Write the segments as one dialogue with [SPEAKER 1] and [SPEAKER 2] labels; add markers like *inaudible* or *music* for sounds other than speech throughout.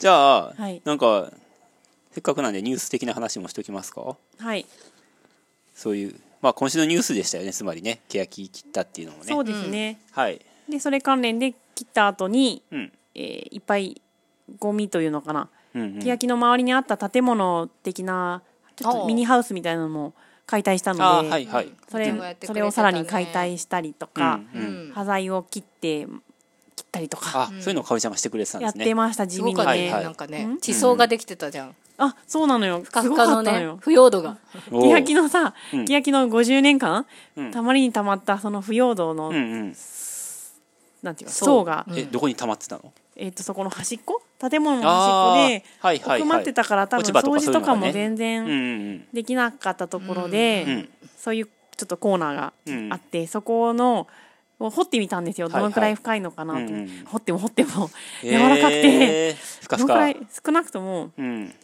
[SPEAKER 1] じゃあ、
[SPEAKER 2] はい
[SPEAKER 1] なんかせっかくなんでニュース的な話もしておきますか
[SPEAKER 2] はい、
[SPEAKER 1] そういうまあ今週のニュースでしたよねつまりね欅切ったっていうのもね
[SPEAKER 2] そうですね、
[SPEAKER 1] はい
[SPEAKER 2] でそれ関連で切った後に、
[SPEAKER 1] うん
[SPEAKER 2] えーいっぱいゴミというのかな
[SPEAKER 1] うんうん
[SPEAKER 2] 欅の周りにあった建物的なちょっ
[SPEAKER 3] お
[SPEAKER 2] と
[SPEAKER 3] う
[SPEAKER 2] ミニハウスみたいなのも解体したので、
[SPEAKER 1] あーはいはい
[SPEAKER 2] そ
[SPEAKER 3] と
[SPEAKER 2] れ
[SPEAKER 3] てもやって
[SPEAKER 2] そ
[SPEAKER 3] くれてたね
[SPEAKER 2] れをさらに解体したりとか、
[SPEAKER 1] うんうん
[SPEAKER 2] 端材を切って切ったりとか
[SPEAKER 1] あ、そういうのをかおりちゃんがしてくれてたんで
[SPEAKER 2] やっ
[SPEAKER 1] すね
[SPEAKER 2] てました地味
[SPEAKER 3] すご
[SPEAKER 2] に
[SPEAKER 3] か
[SPEAKER 2] ね、
[SPEAKER 3] った
[SPEAKER 1] はいは
[SPEAKER 3] ね
[SPEAKER 1] い
[SPEAKER 3] なんかね地層ができてたじゃん
[SPEAKER 2] あそうなのよ
[SPEAKER 3] カ
[SPEAKER 2] す
[SPEAKER 3] フ
[SPEAKER 2] ご
[SPEAKER 3] カ
[SPEAKER 2] か
[SPEAKER 3] の
[SPEAKER 2] ったの
[SPEAKER 3] ね
[SPEAKER 2] よ
[SPEAKER 3] 腐葉土が
[SPEAKER 1] おー
[SPEAKER 2] 欅のさ
[SPEAKER 1] うん
[SPEAKER 2] 欅の50年間、
[SPEAKER 1] うん
[SPEAKER 2] たまりにたまったその腐葉土の、
[SPEAKER 1] うんうん
[SPEAKER 2] なんていうか
[SPEAKER 3] そう
[SPEAKER 2] 層が、
[SPEAKER 1] えどこに溜まってたの
[SPEAKER 2] えっとそこの端っこ建物の端っこで
[SPEAKER 1] あーはいはいはい
[SPEAKER 2] 奥まってたから多分
[SPEAKER 1] 落ち葉とかそ
[SPEAKER 2] 掃
[SPEAKER 1] うい
[SPEAKER 2] 除
[SPEAKER 1] うの
[SPEAKER 2] と
[SPEAKER 1] がね
[SPEAKER 2] かも全
[SPEAKER 1] うん
[SPEAKER 2] 然
[SPEAKER 1] うん
[SPEAKER 2] できなかったところで、
[SPEAKER 1] うんうん
[SPEAKER 2] そういうちょっとコーナーが
[SPEAKER 1] うん
[SPEAKER 2] あって、そこのを掘ってみたんですよ
[SPEAKER 1] はいは
[SPEAKER 2] ど
[SPEAKER 1] い
[SPEAKER 2] のくらい深いのかなと、
[SPEAKER 1] うんうん
[SPEAKER 2] 掘っても掘っても
[SPEAKER 1] えー
[SPEAKER 2] 柔らかくて、
[SPEAKER 1] ふかふ
[SPEAKER 2] どのくら
[SPEAKER 1] か
[SPEAKER 2] い少なくとも
[SPEAKER 1] うん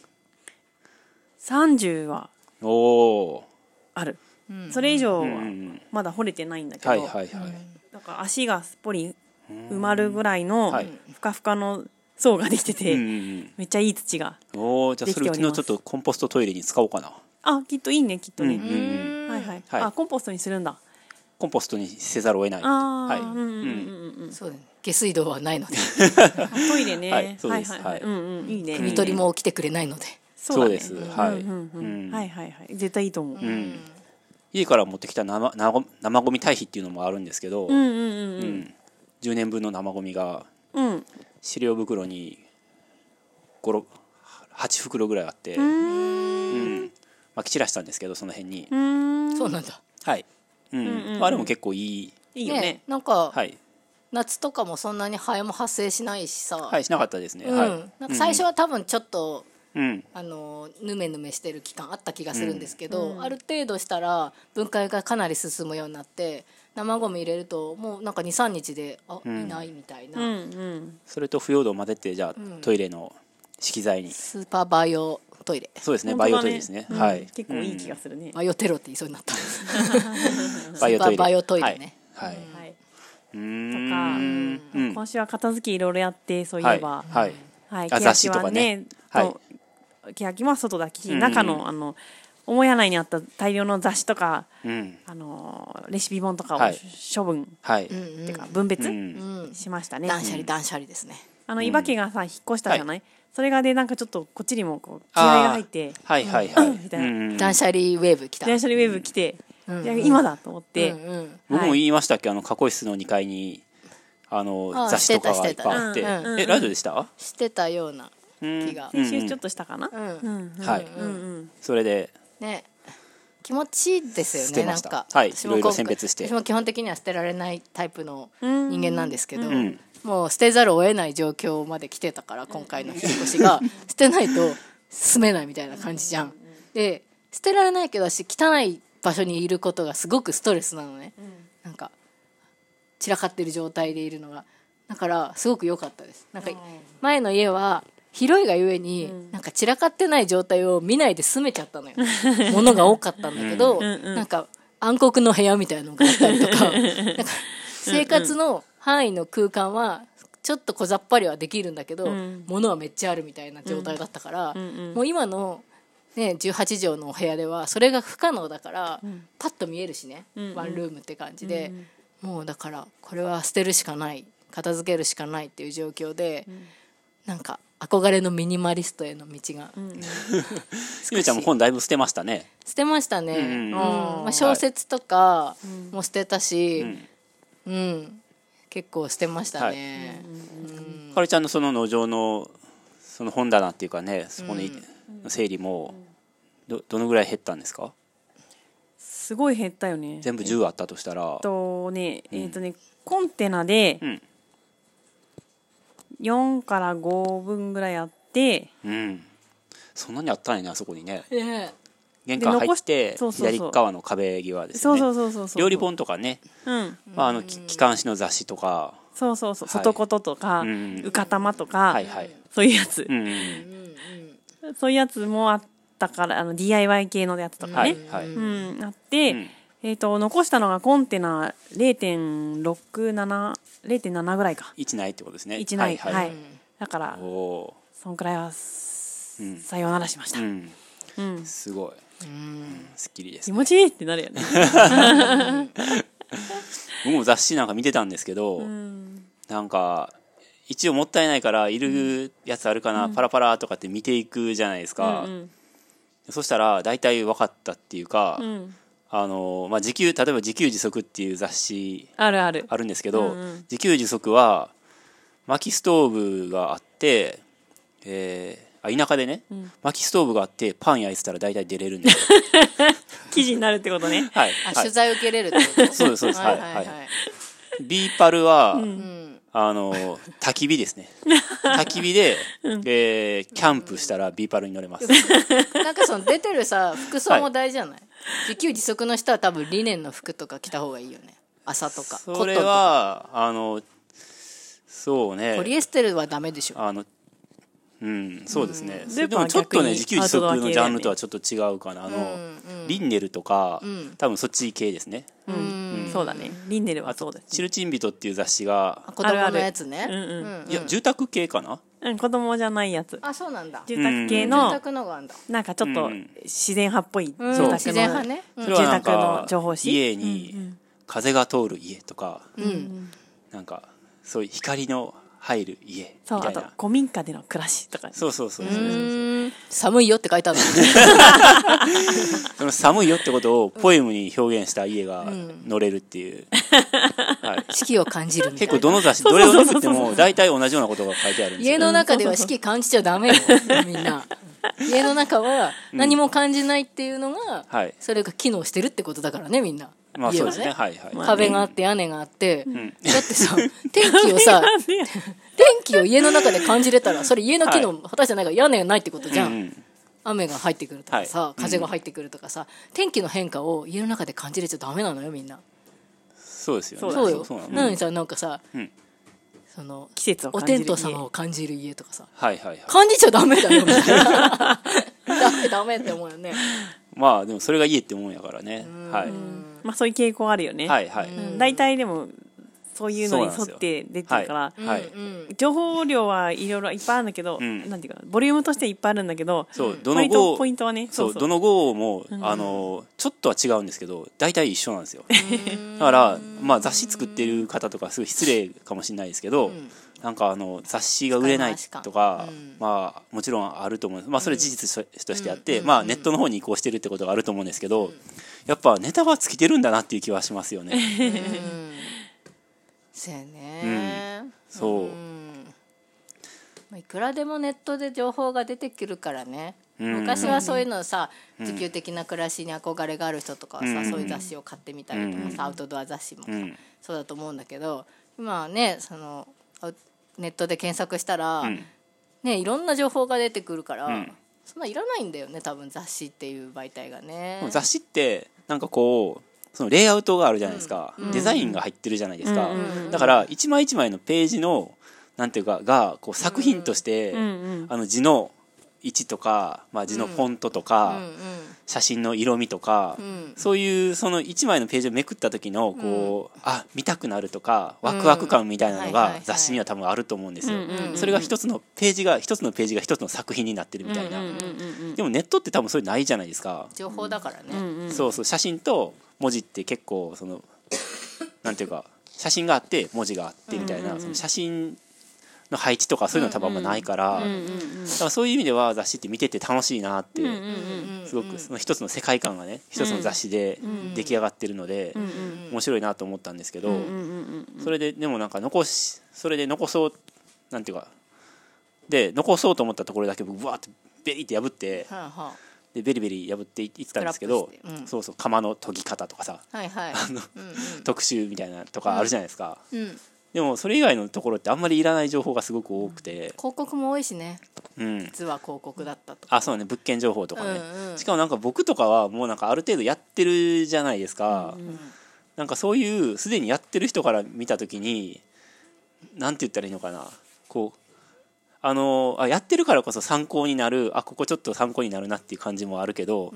[SPEAKER 2] 30は
[SPEAKER 1] おお
[SPEAKER 2] ある、
[SPEAKER 3] ん
[SPEAKER 2] それ以上
[SPEAKER 1] ーう
[SPEAKER 2] は
[SPEAKER 1] んうん
[SPEAKER 2] まだ掘れてないんだけど、
[SPEAKER 1] はいはいはい
[SPEAKER 2] なんか足がすっぽり埋まるぐらいの
[SPEAKER 1] はい
[SPEAKER 2] ふかふかの層ができてて、
[SPEAKER 1] うんうん
[SPEAKER 2] めっちゃいい土が
[SPEAKER 1] うんおおじゃあそれ
[SPEAKER 2] で
[SPEAKER 1] う
[SPEAKER 2] き
[SPEAKER 1] ち
[SPEAKER 2] ており
[SPEAKER 1] の
[SPEAKER 2] ます
[SPEAKER 1] ちょっとコンポストトイレに使おうかな
[SPEAKER 2] あきっといいねきっと
[SPEAKER 1] うんう
[SPEAKER 2] ね、
[SPEAKER 1] んうん
[SPEAKER 2] はいはい、
[SPEAKER 1] はい
[SPEAKER 2] あコンポストにするんだ
[SPEAKER 1] コンポストにせざるを得ない
[SPEAKER 2] ああ、
[SPEAKER 1] はい
[SPEAKER 2] うんうんうんうん
[SPEAKER 3] そうだね下水道はないので
[SPEAKER 2] あトイレね、
[SPEAKER 1] はいそうです
[SPEAKER 2] はいはいはい、
[SPEAKER 1] は
[SPEAKER 2] う
[SPEAKER 1] い
[SPEAKER 2] んうんいいね、
[SPEAKER 1] うん
[SPEAKER 3] 見取りも来てくれないので
[SPEAKER 1] そう
[SPEAKER 2] だ
[SPEAKER 1] で
[SPEAKER 2] ね
[SPEAKER 1] すはい
[SPEAKER 2] うんうんうん
[SPEAKER 1] うん
[SPEAKER 2] はいはいはい絶対いいと思う、うん、
[SPEAKER 1] うん家から持ってきた生生生ゴミ堆肥っていうのもあるんですけど、
[SPEAKER 2] うんうんう
[SPEAKER 1] うんん10年分の生ゴミが
[SPEAKER 2] うん
[SPEAKER 1] 資料袋に56 8袋ぐらいあって、うんまき散らしたんですけどその辺に、
[SPEAKER 2] うん
[SPEAKER 3] そうなんだ
[SPEAKER 1] はい、うんまあ、あれも結構いい、
[SPEAKER 2] いいよね
[SPEAKER 3] なんか
[SPEAKER 1] はい
[SPEAKER 3] 夏とかもそんなにハエも発生しないしさ
[SPEAKER 1] はい、しなかったですね、
[SPEAKER 3] うん
[SPEAKER 1] はい、
[SPEAKER 3] なんか最初は多分ちょっと
[SPEAKER 1] うん
[SPEAKER 3] あのヌメヌメしてる期間あった気がするんですけど、ある程度したら分解がかなり進むようになって生ゴミ入れるともうなんか23日であ、いないみたいな、
[SPEAKER 2] うんうん
[SPEAKER 1] それと腐葉土を混ぜてじゃあ、トイレの色材に
[SPEAKER 3] スーパーバイオトイレ
[SPEAKER 1] そうですね
[SPEAKER 2] 本当
[SPEAKER 1] バイオ
[SPEAKER 2] だ
[SPEAKER 1] トイレですね、
[SPEAKER 2] うん
[SPEAKER 1] はい
[SPEAKER 2] 結構いい気がするね、
[SPEAKER 3] バイオテロって言いそうになった
[SPEAKER 1] バイオトイレ
[SPEAKER 3] スーパーバイオトイレね
[SPEAKER 1] はい、はい
[SPEAKER 2] はい、
[SPEAKER 1] う
[SPEAKER 2] と
[SPEAKER 1] ーん
[SPEAKER 2] か、
[SPEAKER 1] うん
[SPEAKER 2] 今週は片付けいろいろやってそうい
[SPEAKER 1] は
[SPEAKER 2] え
[SPEAKER 1] い、
[SPEAKER 2] ば、
[SPEAKER 1] はい、
[SPEAKER 2] はい、
[SPEAKER 1] あ雑誌とかね
[SPEAKER 2] 欅はと欅は外だし、中のあの母屋内にあった大量の雑誌とか、
[SPEAKER 1] うん、
[SPEAKER 2] あのーレシピ本とかを
[SPEAKER 1] はい
[SPEAKER 2] 処分、
[SPEAKER 1] はい、
[SPEAKER 2] っていうか分別、
[SPEAKER 1] うん、
[SPEAKER 2] しましたね。
[SPEAKER 3] 断捨離断捨離ですね、
[SPEAKER 2] あの伊庭家がさ引っ越したじゃない、それがでなんかちょっとこっちにもこう気合が入って
[SPEAKER 1] はいはいはい、
[SPEAKER 2] みたいな
[SPEAKER 1] うん
[SPEAKER 3] 断捨離ウェーブ来た
[SPEAKER 2] 電車にウェーブ来て、いや今だと思って、
[SPEAKER 3] うんうん
[SPEAKER 1] 僕も言いましたっけあの過去室の2階にあの
[SPEAKER 3] あー
[SPEAKER 1] 雑誌とか
[SPEAKER 3] し
[SPEAKER 1] がい
[SPEAKER 3] て
[SPEAKER 1] ったぱいあって
[SPEAKER 3] してたうん
[SPEAKER 1] えラジオでした
[SPEAKER 3] してたような気が、
[SPEAKER 2] 先週ちょっとしたかな、
[SPEAKER 3] うん
[SPEAKER 1] はいそれで
[SPEAKER 3] ね気持ちいいですよ
[SPEAKER 1] 捨
[SPEAKER 3] ね
[SPEAKER 1] て
[SPEAKER 3] な
[SPEAKER 1] ま
[SPEAKER 3] ん
[SPEAKER 1] した
[SPEAKER 3] か、
[SPEAKER 1] はい
[SPEAKER 3] 私も
[SPEAKER 1] いろいろ
[SPEAKER 3] 今回
[SPEAKER 1] 選別して
[SPEAKER 3] 私も基本的には捨てられないタイプの人間なんですけど、
[SPEAKER 1] ん
[SPEAKER 3] もう捨てざるを得ない状況まで来てたから今回の引っ越しが捨てないと住めないみたいな感じじゃん。で捨てられないけど私汚い場所にいることがすごくストレスなのね、なんか散らかってる状態でいるのがだからすごく良かったですなんか前の家は広いがゆえに、なんか散らかってない状態を見ないで住めちゃったのよ物が多かったんだけど、なんか暗黒の部屋みたいなのがあったりと *laughs* かなんか生活の範囲の空間はちょっと小ざっぱりはできるんだけど、物はめっちゃあるみたいな状態だったから、もう今の、ね、18畳のお部屋ではそれが不可能だから、パッと見えるしね、ワンルームって感じで、もうだからこれは捨てるしかない片付けるしかないっていう状況で、なんか憧れのミニマリストへの道が、 *laughs*
[SPEAKER 1] *laughs* ゆめちゃんも本だいぶ捨てましたね
[SPEAKER 3] 捨てましたね、
[SPEAKER 1] んうんうん
[SPEAKER 3] うんまあ、小説とかも捨てたし、うん結構捨てましたね、
[SPEAKER 1] かるちゃんのその農場のその本棚っていうかねそこの整理もどどのぐらい減ったんですか
[SPEAKER 2] すごい減ったよね。えっ
[SPEAKER 1] 全部10あったとしたら
[SPEAKER 2] とねえっとねコンテナで
[SPEAKER 1] うん
[SPEAKER 2] 4から5分ぐらいあって
[SPEAKER 1] うんそんなにあったんやねあそこにね
[SPEAKER 3] ね
[SPEAKER 1] 玄関入って
[SPEAKER 2] で残しそうそうそう
[SPEAKER 1] 左側の壁際です
[SPEAKER 2] そ
[SPEAKER 1] よ
[SPEAKER 2] う
[SPEAKER 1] ね
[SPEAKER 2] そうそうそうそう
[SPEAKER 1] 料理本とかね
[SPEAKER 2] うん
[SPEAKER 1] まああのき機関誌の雑誌とか
[SPEAKER 2] そうそうそう、
[SPEAKER 1] はい
[SPEAKER 2] 外こととか、
[SPEAKER 1] うん
[SPEAKER 2] うかたまとか、
[SPEAKER 1] はいはい
[SPEAKER 2] そういうやつ、
[SPEAKER 1] うんうん
[SPEAKER 2] そういうやつもあったからあの DIY 系のやつとか
[SPEAKER 1] は
[SPEAKER 2] ね、
[SPEAKER 1] いはい
[SPEAKER 2] うん、あって、
[SPEAKER 1] ん
[SPEAKER 2] えっ、と残したのがコンテナ0.670.7ぐらいか
[SPEAKER 1] 一ないってことですね
[SPEAKER 2] 1ないはい、
[SPEAKER 1] はいはい
[SPEAKER 2] だから
[SPEAKER 1] おお
[SPEAKER 2] そんくらいは
[SPEAKER 1] ん
[SPEAKER 2] さようならしまし
[SPEAKER 1] ー
[SPEAKER 2] た、
[SPEAKER 1] うん
[SPEAKER 2] うん
[SPEAKER 1] すごい
[SPEAKER 3] うん
[SPEAKER 1] すっきりです
[SPEAKER 2] 気持ちいいってなるよね、
[SPEAKER 1] 僕も雑誌なんか見てたんですけど、
[SPEAKER 2] うん、
[SPEAKER 1] なんか一応もったいないからいるやつあるかな、パラパラとかって見ていくじゃないです
[SPEAKER 2] う
[SPEAKER 1] か、
[SPEAKER 2] ん
[SPEAKER 1] そしたら大体分かったっていうか、
[SPEAKER 2] うん
[SPEAKER 1] あのまあ、自給例えば「自給自足」っていう雑誌
[SPEAKER 2] あるある
[SPEAKER 1] あるんですけど、
[SPEAKER 2] うんうん
[SPEAKER 1] 自給自足は薪ストーブがあって、えーあ田舎でね、薪ストーブがあってパン焼いてたら大体出れるんですよ
[SPEAKER 2] 記事になるってことね
[SPEAKER 1] はい、
[SPEAKER 3] あ
[SPEAKER 1] は
[SPEAKER 3] 取
[SPEAKER 1] い、
[SPEAKER 3] 材受けれるってこと
[SPEAKER 1] *laughs* そうですそうです
[SPEAKER 3] は
[SPEAKER 1] はいい
[SPEAKER 3] は
[SPEAKER 1] はいい、
[SPEAKER 3] はい、
[SPEAKER 1] ビーパルは、
[SPEAKER 3] うん
[SPEAKER 1] あの焚き火ですね焚き火で、えーキャンプしたらビーパルに乗れます
[SPEAKER 3] *laughs* なんかその出てるさ服装も大事じゃない、自給自足の人は多分リネンの服とか着た方がいいよね朝とか
[SPEAKER 1] それ
[SPEAKER 3] コットンとか
[SPEAKER 1] はあのそうね
[SPEAKER 3] ポリエステルはダメでしょ
[SPEAKER 1] あのうんそうですね、それ
[SPEAKER 2] ルー
[SPEAKER 1] でも
[SPEAKER 2] パーは
[SPEAKER 1] ちょっと
[SPEAKER 2] 逆
[SPEAKER 1] ね
[SPEAKER 2] に
[SPEAKER 1] 自給自足のジャンルとはちょっと違うかなあの、リンネルとか、多分そっち系ですね
[SPEAKER 3] うん、
[SPEAKER 2] そうだねリンネルはそうだ
[SPEAKER 1] 「チルチンビト」っていう雑誌が、
[SPEAKER 3] 子供のやつね
[SPEAKER 2] うんうん
[SPEAKER 3] うん
[SPEAKER 1] いや住宅系かな
[SPEAKER 2] うん子供じゃないやつ
[SPEAKER 3] あそうなんだ
[SPEAKER 2] 住宅系
[SPEAKER 3] 住
[SPEAKER 2] の
[SPEAKER 3] 宅のがあんだ
[SPEAKER 2] なんかちょっと
[SPEAKER 1] うん
[SPEAKER 2] 自然派っぽい住宅
[SPEAKER 3] うん
[SPEAKER 2] の
[SPEAKER 3] 自然派ね、うん
[SPEAKER 1] それはなん
[SPEAKER 2] 住宅の
[SPEAKER 1] か
[SPEAKER 2] 情報誌
[SPEAKER 1] 家に風が通る家とか、
[SPEAKER 3] うん、
[SPEAKER 1] なんかそういう光の入る家
[SPEAKER 2] そう
[SPEAKER 1] みた
[SPEAKER 2] あ
[SPEAKER 1] い
[SPEAKER 2] と
[SPEAKER 1] な
[SPEAKER 2] 古民家での暮らしとか
[SPEAKER 1] そうそうそうそうう
[SPEAKER 3] ーん寒いよって書いてあるの
[SPEAKER 1] その寒いよってことをポエムに表現した家が乗れるって
[SPEAKER 3] *laughs*
[SPEAKER 1] いう、はい、
[SPEAKER 3] 四季を感じるみたい
[SPEAKER 1] 結
[SPEAKER 3] な
[SPEAKER 1] 構どの雑誌どれをめくっても大体同じようなことが書いてあるんです
[SPEAKER 3] 家
[SPEAKER 1] よ
[SPEAKER 3] の中では四季感じちゃダメよみんな家の中は何も感じないっていうのが、
[SPEAKER 1] はい
[SPEAKER 3] それが機能してるってことだからねみんな、
[SPEAKER 1] まあ
[SPEAKER 3] 家
[SPEAKER 1] そう
[SPEAKER 3] は
[SPEAKER 1] ですねはいはい、
[SPEAKER 3] 壁があって屋根があって、だってさ天気
[SPEAKER 2] *laughs*
[SPEAKER 3] をさ
[SPEAKER 2] なんで
[SPEAKER 3] 天気を家の中で感じれたらそれ家の機能果たしてないから屋根がないってことじゃん、
[SPEAKER 1] うんうん
[SPEAKER 3] 雨が入ってくるとかさ、
[SPEAKER 1] はい
[SPEAKER 3] 風が入ってくるとかさ天気の変化を家の中で感じれちゃダメなのよみんな
[SPEAKER 1] そうですよね
[SPEAKER 3] そうよ
[SPEAKER 1] そうなの
[SPEAKER 3] なのにさなんかさ、
[SPEAKER 1] ん
[SPEAKER 3] その
[SPEAKER 2] 季節を
[SPEAKER 3] お
[SPEAKER 2] 感じる
[SPEAKER 3] 天
[SPEAKER 2] 家
[SPEAKER 3] 道様を感じる家とかさ
[SPEAKER 1] はいはいはい
[SPEAKER 3] 感じちゃダメだよみたい
[SPEAKER 1] *laughs*
[SPEAKER 3] なダメダメって思うよね
[SPEAKER 1] まあでもそれが家ってもんやからねはい
[SPEAKER 2] まあそういう傾向あるよね
[SPEAKER 1] はいはい
[SPEAKER 2] うん大体でもそういうのに沿
[SPEAKER 1] そうなんです
[SPEAKER 2] っ
[SPEAKER 1] よ
[SPEAKER 2] て出てるから、
[SPEAKER 1] はい、
[SPEAKER 3] うん
[SPEAKER 2] 情報量はいろいろいっぱいあるんだけど、
[SPEAKER 1] ん
[SPEAKER 2] なんていうかボリュームとしていっぱいあるんだけど
[SPEAKER 1] そうど
[SPEAKER 2] 割
[SPEAKER 1] の
[SPEAKER 2] と
[SPEAKER 1] 号
[SPEAKER 2] ポイントはね
[SPEAKER 1] そう
[SPEAKER 2] そうそう
[SPEAKER 1] どの号も、あのちょっとは違うんですけど大体一緒なんですよだから、まあ、雑誌作ってる方とかすごい失礼かもしれないですけど、なんかあの雑誌が売れない
[SPEAKER 3] 使い回し
[SPEAKER 1] と
[SPEAKER 3] か
[SPEAKER 1] か、
[SPEAKER 3] うん
[SPEAKER 1] まあ、もちろんあると思うんです、まあ、それは事実としとしてあって、まあ、ネットの方に移行してるってことがあると思うんですけど、やっぱネタは尽きてるんだなっていう気はしますよね。
[SPEAKER 3] *laughs* そうやね、
[SPEAKER 1] そう、
[SPEAKER 3] まあいくらでもネットで情報が出てくるからね
[SPEAKER 1] ん
[SPEAKER 3] 昔はそういうのさ自給的な暮らしに憧れがある人とかはさ、
[SPEAKER 1] うん
[SPEAKER 3] そういう雑誌を買ってみたりとかさ、アウトドア雑誌もさ、
[SPEAKER 1] うん
[SPEAKER 3] そうだと思うんだけど今はねそのアウネットで検索したら、
[SPEAKER 1] ん
[SPEAKER 3] ね、いろんな情報が出てくるから、
[SPEAKER 1] ん
[SPEAKER 3] そんないらないんだよね多分雑誌っていう媒体がね
[SPEAKER 1] でも雑誌ってなんかこうそのレイアウトがあるじゃないですか、デザインが入ってるじゃないですか、だから一枚一枚のページのなんていうかがこう作品として、
[SPEAKER 2] んうん
[SPEAKER 1] あの字の位置とか、まあ、字のフォントとか、
[SPEAKER 3] うん
[SPEAKER 1] 写真の色味とか、
[SPEAKER 3] ん
[SPEAKER 1] そういうその一枚のページをめくった時のこう、あ見たくなるとかワクワク感みたいなの
[SPEAKER 3] はいはいは
[SPEAKER 1] が
[SPEAKER 3] い
[SPEAKER 1] 雑誌には多分あると思うんですよ。
[SPEAKER 2] うんうんうん
[SPEAKER 1] それが一つのページが一つのページが一つの作品になってるみたいな、
[SPEAKER 2] うんうんうん
[SPEAKER 1] でもネットって多分それないじゃないですか。
[SPEAKER 3] 情報だからね、
[SPEAKER 2] うん
[SPEAKER 1] そうそう写真と文字って結構そのなんていうか写真があって文字があってみたいな、その写真の配置とかそういうの多分あんまないから,、だからそういう意味では雑誌って見てて楽しいなって、すごくその一つの世界観がね一つの雑誌で出来上がってるので、面白いなと思ったんですけど、それででもなんか残しそれで残そうなんていうかで残そうと思ったところだけ僕わーってベリって破って。
[SPEAKER 3] はあは
[SPEAKER 1] でベリベリ破っていってたんですけど
[SPEAKER 3] ス、クラップしてうん
[SPEAKER 1] そうそう釜の研ぎ方とかさ
[SPEAKER 3] あはいはい
[SPEAKER 1] 特集みたいなとかあるじゃないですか、
[SPEAKER 3] うん、広
[SPEAKER 1] でもそれ以外のところってあんまりいらない情報がすごく多くて
[SPEAKER 3] 告も多いしね
[SPEAKER 1] うん
[SPEAKER 3] 実は広告だったとか
[SPEAKER 1] あそうね物件情報とかね、
[SPEAKER 3] うんうん
[SPEAKER 1] しかもなんか僕とかはもうなんかある程度やってるじゃないですか、なんかそういうすでにやってる人から見た時になんて言ったらいいのかなこうあのあやってるからこそ参考になるあここちょっと参考になるなっていう感じもあるけど、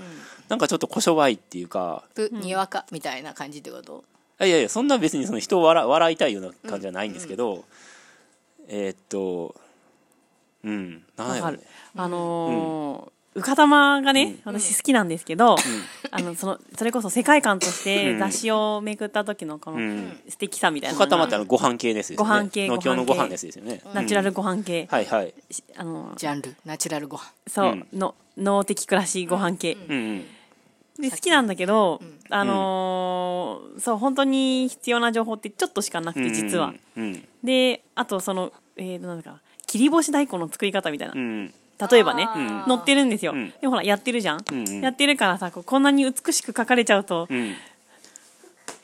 [SPEAKER 1] なんかちょっとこしょばいっていうか
[SPEAKER 3] ぶにわかみたいな感じってこと
[SPEAKER 1] あいやいやそんな別にその人を笑笑いたいような感じじゃないんですけど、えーっとうんなん
[SPEAKER 2] わ
[SPEAKER 1] や
[SPEAKER 2] か
[SPEAKER 1] ろ
[SPEAKER 2] る
[SPEAKER 1] ね。
[SPEAKER 2] あのー、浮か玉がね、私好きなんですけど、あの、その、それこそ世界観として
[SPEAKER 1] うん
[SPEAKER 2] 雑誌をめくった時のこ
[SPEAKER 1] う
[SPEAKER 2] の
[SPEAKER 1] ん
[SPEAKER 2] 素敵さみたいな
[SPEAKER 1] お
[SPEAKER 2] のが。
[SPEAKER 1] 方まってあのご飯系ですよね
[SPEAKER 2] ご飯系
[SPEAKER 1] 農協のご
[SPEAKER 2] ご飯系
[SPEAKER 1] 飯ですよね
[SPEAKER 2] ナチュラ
[SPEAKER 1] うん
[SPEAKER 2] ルご飯系。
[SPEAKER 1] はいはい
[SPEAKER 2] しあのー、
[SPEAKER 3] ジャンルナチュラルご飯
[SPEAKER 2] そう、
[SPEAKER 1] うん
[SPEAKER 2] の、脳的暮らしご飯系。
[SPEAKER 1] うんうん
[SPEAKER 2] で、好きなんだけど、あのー、そう、本当に必要な情報ってちょっとしかなく
[SPEAKER 1] うんう
[SPEAKER 2] て、
[SPEAKER 1] ん
[SPEAKER 2] 実は。
[SPEAKER 1] うん
[SPEAKER 2] で、あとその、えー、なんだか、切り干し大根の作り方みたいな
[SPEAKER 1] う。ん
[SPEAKER 2] 例えばね、
[SPEAKER 3] うん
[SPEAKER 2] 載ってるんですよ、
[SPEAKER 1] うん
[SPEAKER 2] でもほらやってるじゃん、
[SPEAKER 1] うんうん
[SPEAKER 2] やってるからさこうこんなに美しく書かれちゃうと
[SPEAKER 1] うん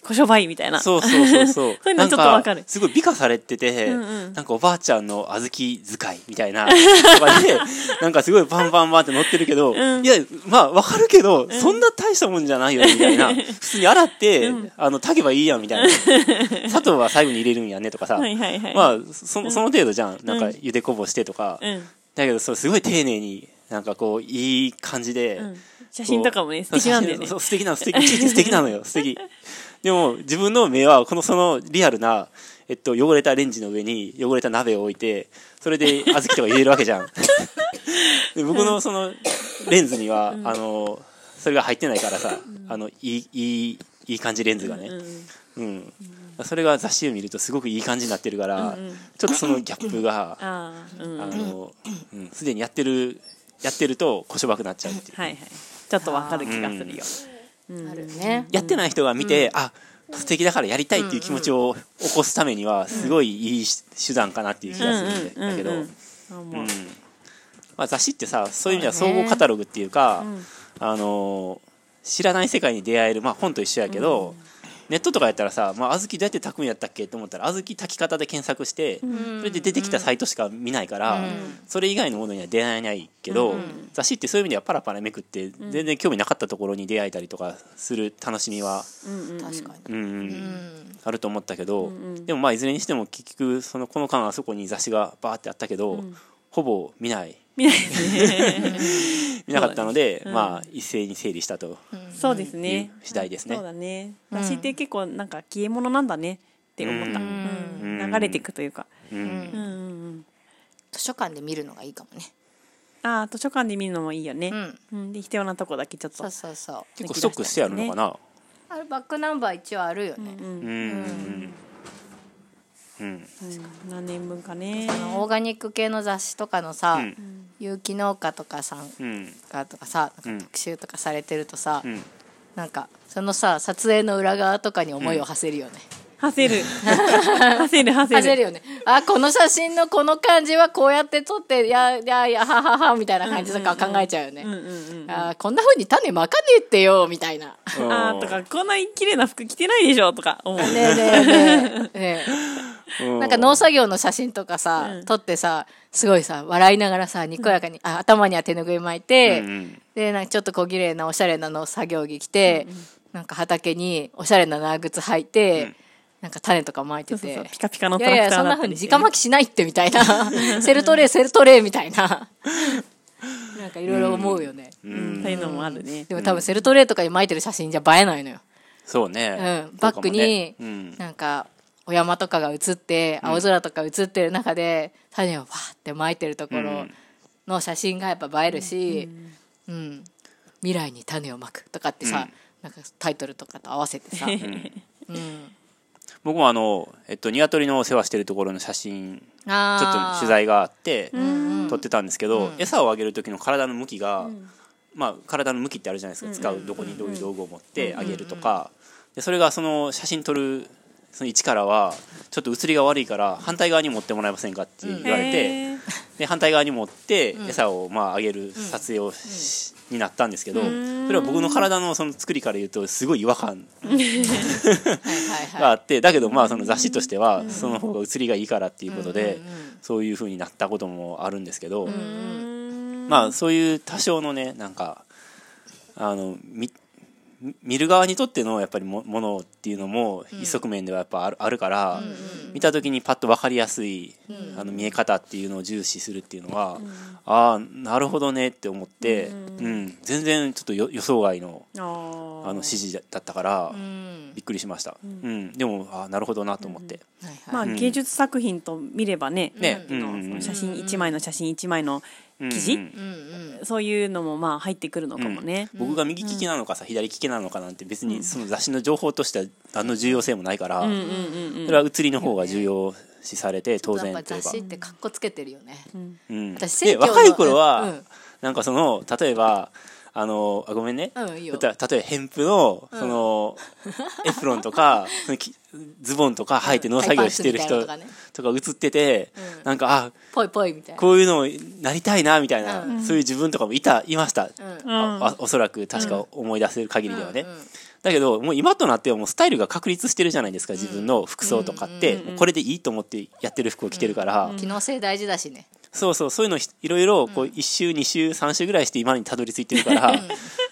[SPEAKER 2] 小商売みたいな
[SPEAKER 1] そうそうそうそう
[SPEAKER 2] *laughs* そういうのちょっとわかる
[SPEAKER 1] なんすごい美化されてて
[SPEAKER 2] んうん
[SPEAKER 1] なんかおばあちゃんの小豆使いみたい
[SPEAKER 2] *laughs*
[SPEAKER 1] なとかでなんかすごいバンバンバンって乗ってるけど、いやまあわかるけど、そんな大したもんじゃないよみたい
[SPEAKER 2] *laughs*
[SPEAKER 1] な普通に洗って、あの炊けばいいやんみたい
[SPEAKER 2] *laughs*
[SPEAKER 1] な砂糖は最後に入れるんやねとかさ、
[SPEAKER 2] はいはいはい、
[SPEAKER 1] まあそその程度じゃん、なんか茹でこぼしてとか、
[SPEAKER 2] うん
[SPEAKER 1] だけどそうすごい丁寧になんかこういい感じで、
[SPEAKER 2] うん、写真とかもね素敵なんだよね
[SPEAKER 1] そうそう素敵なの素敵い *laughs* ちいち素敵なのよ素敵でも自分の目はこのそのリアルな、えっと、汚れたレンジの上に汚れた鍋を置いてそれで小豆とか入れるわけじ
[SPEAKER 2] *laughs*
[SPEAKER 1] ゃんで僕のそのレンズには、あのそれが入ってないからさ、あのいいいいいい感じレンズがね、うんそれが雑誌を見るとすごくいい感じになってるから、ちょっとそのギャップが、
[SPEAKER 2] ああうん
[SPEAKER 1] あ
[SPEAKER 2] はい
[SPEAKER 1] のうんすで、にやってるやってるとこしょばくなっちゃうっていう。
[SPEAKER 2] はいちょっとわかる気がするよ、
[SPEAKER 3] あるね
[SPEAKER 1] やってない人が見て、あ素敵だからやりたいっていう気持ちを起こすためにはすごいいいし手段かなっていう気がするんだだけど、
[SPEAKER 2] うんうん
[SPEAKER 1] う
[SPEAKER 2] うんん
[SPEAKER 1] まあ、雑誌ってさそういう意味では
[SPEAKER 3] そう
[SPEAKER 1] 総
[SPEAKER 3] だね
[SPEAKER 1] 合カタログっていうか、あのー知らない世界に出会える、まあ、本と一緒やけど、ネットとかやったらさ、まあ、小豆どうやって炊くんやったっけと思ったら小豆炊き方で検索して、それで出てきたサイトしか見ないから、それ以外のものには出会えないけど、雑誌ってそういう意味ではパラパラめくって全然興味なかったところに出会えたりとかする楽しみは、
[SPEAKER 3] 確かに
[SPEAKER 1] うんうん
[SPEAKER 3] うん
[SPEAKER 1] あると思ったけど、でもまあいずれにしても結局そのこの間あそこに雑誌がバーってあったけど、ほぼ見ない
[SPEAKER 2] 見ないですね
[SPEAKER 1] 見なかったので、まあ一斉に整理したと
[SPEAKER 2] そうです
[SPEAKER 1] い
[SPEAKER 2] ね
[SPEAKER 1] う次第ですね。
[SPEAKER 2] そうだね雑誌って結構なんか消え物なんだねって思った、
[SPEAKER 1] う
[SPEAKER 2] うん流れていくというか、
[SPEAKER 1] うん
[SPEAKER 2] うんうんうん、
[SPEAKER 3] 図書館で見るのがいいかもね
[SPEAKER 2] ああ図書館で見るのもいいよね、
[SPEAKER 3] うん
[SPEAKER 2] うん、で必要なとこだけちょっと
[SPEAKER 3] そうそうそう
[SPEAKER 1] 結構ストックしてあるのかな。
[SPEAKER 3] あれバックナンバー一応あるよね、
[SPEAKER 1] うんうんうん
[SPEAKER 2] うん何年分かね
[SPEAKER 3] あのオーガニック系の雑誌とかのさ、
[SPEAKER 1] うん
[SPEAKER 3] 有機農家とかさん
[SPEAKER 1] うん
[SPEAKER 3] がとかさなん
[SPEAKER 1] うん
[SPEAKER 3] か特集とかされてるとさ、
[SPEAKER 1] うん
[SPEAKER 3] なんかそのさ撮影の裏側とかに思いを馳せるよね、
[SPEAKER 2] はせ
[SPEAKER 3] *laughs*
[SPEAKER 2] るはせるはせる
[SPEAKER 3] 馳せるよねあこの写真のこの感じはこうやって撮っていやいやいやはははみたいな感じとか考えちゃうよね、
[SPEAKER 2] うんうんうん
[SPEAKER 3] あこんな風に種まかねえってよみたいな
[SPEAKER 2] あーとかこんなに綺麗な服着てないでしょとか思う
[SPEAKER 3] ねえねえねえねえ
[SPEAKER 1] うん
[SPEAKER 3] なんか農作業の写真とかさ、撮ってさすごいさ笑いながらさにこやかに、あ頭には手ぬぐい巻いて、
[SPEAKER 1] うん
[SPEAKER 3] でなんかちょっと小綺麗なおしゃれなの作業着着て、なんか畑におしゃれな長靴履いて、なんか種とか巻い
[SPEAKER 2] そう
[SPEAKER 3] て
[SPEAKER 2] そ
[SPEAKER 3] て
[SPEAKER 2] うそうピカピカの
[SPEAKER 3] い
[SPEAKER 2] ト
[SPEAKER 3] やい
[SPEAKER 2] ラク
[SPEAKER 3] や
[SPEAKER 2] タ
[SPEAKER 3] そ
[SPEAKER 2] ーだ
[SPEAKER 3] んな
[SPEAKER 2] った
[SPEAKER 3] 風
[SPEAKER 2] り
[SPEAKER 3] に
[SPEAKER 2] して
[SPEAKER 3] 直巻きしないってみた
[SPEAKER 2] *laughs*
[SPEAKER 3] いなセルトレーセルトレーみたいななんかいろいろ思うよね、
[SPEAKER 2] うんそういうのもあるね
[SPEAKER 3] でも多分セルトレーとかに巻いてる写真じゃ映えないのよ、
[SPEAKER 1] そう
[SPEAKER 3] う
[SPEAKER 1] ね
[SPEAKER 3] ん。
[SPEAKER 1] そう
[SPEAKER 3] バ
[SPEAKER 1] か
[SPEAKER 3] ッ
[SPEAKER 1] も
[SPEAKER 3] ク
[SPEAKER 1] ね
[SPEAKER 3] に
[SPEAKER 1] うん
[SPEAKER 3] なんかお山とかが写って青空とか写ってる中で種をわーって巻いてるところの写真がやっぱ映えるし、うん未来に種をまくとかってさ、なんかタイトルとかと合わせてさ、うん
[SPEAKER 1] *laughs* 僕もあのえっと鶏の世話してるところの写真
[SPEAKER 3] あ
[SPEAKER 1] ちょっ
[SPEAKER 3] ー
[SPEAKER 1] と取材があって撮ってたんですけど、餌をあげる時の体の向きが、まあ、体の向きってあるじゃないですか、使うどこにどういう道具を持ってあげるとか、でそれがその写真撮るその位置からはちょっと写りが悪いから反対側に持ってもらえませんかって言われて。
[SPEAKER 2] へー
[SPEAKER 1] で反対側に持って餌をまああげる撮影をし、になったんですけどそれは僕の体のその作りから言うとすごい違和感
[SPEAKER 3] はいはいはい
[SPEAKER 1] があってだけどまあその雑誌としてはその方が写りがいいからっていうことで
[SPEAKER 3] うんうんうん
[SPEAKER 1] そういうふうになったこともあるんですけど
[SPEAKER 2] うん
[SPEAKER 1] まあそういう多少のねなんかあのみ見る側にとってのやっぱりもものっていうのも一側面ではやっぱある,、あるから、
[SPEAKER 3] うん
[SPEAKER 1] 見た時にパッと分かりやすい、あの見え方っていうのを重視するっていうのは、ああなるほどねって思って、うん全然ちょっとよ予想外の
[SPEAKER 2] あー
[SPEAKER 1] あの指示だったから、
[SPEAKER 3] うん
[SPEAKER 1] びっくりしました、うんでもああなるほどなと思って、
[SPEAKER 3] はい
[SPEAKER 2] まあ、
[SPEAKER 1] ん
[SPEAKER 2] 芸術作品と見ればね
[SPEAKER 1] ね
[SPEAKER 2] なんていうの
[SPEAKER 1] うんうんうん
[SPEAKER 2] その写真1枚の写真1枚の記事、
[SPEAKER 1] うんうん
[SPEAKER 3] うんうん
[SPEAKER 2] そういうのもまあ入ってくるのかもね。
[SPEAKER 1] 僕が右利きなのかさ、左利きなのかなんて別にその雑誌の情報としては何の重要性もないから、
[SPEAKER 2] うんうんうん
[SPEAKER 1] それは写りの方が重要視されて当
[SPEAKER 3] やっ
[SPEAKER 1] 然
[SPEAKER 3] ぱ
[SPEAKER 1] とい
[SPEAKER 3] 雑
[SPEAKER 1] うか
[SPEAKER 3] 誌。ってかっこつけてるよね、
[SPEAKER 1] うん
[SPEAKER 3] 私
[SPEAKER 1] で
[SPEAKER 3] 選挙の
[SPEAKER 1] 若い頃は、
[SPEAKER 3] うん
[SPEAKER 1] なんかその例えばあのあごめんね、
[SPEAKER 3] うんいいよ
[SPEAKER 1] だったら例えば偏布のその、エプロンと
[SPEAKER 3] *laughs*
[SPEAKER 1] かそのきズボンとか履いて農作業してる人
[SPEAKER 3] ハイパンツみたいなのとかね
[SPEAKER 1] とか写ってて、
[SPEAKER 3] うん
[SPEAKER 1] なんかあ
[SPEAKER 3] ぽいぽいみたいな
[SPEAKER 1] こういうのなりたいなみたいな、
[SPEAKER 3] う
[SPEAKER 1] そういう自分とかもいたいました、
[SPEAKER 3] うん
[SPEAKER 1] ああおそらく確か思い出せる限りではね、
[SPEAKER 3] うんうん
[SPEAKER 1] だけどもう今となってはもうスタイルが確立してるじゃないですか自分の服装とかって、もうこれでいいと思ってやってる服を着てるから、
[SPEAKER 3] 機能性大事だしね
[SPEAKER 1] そうそうそういうのひいろいろこう1週2週3週ぐらいして今にたどり着いてるから、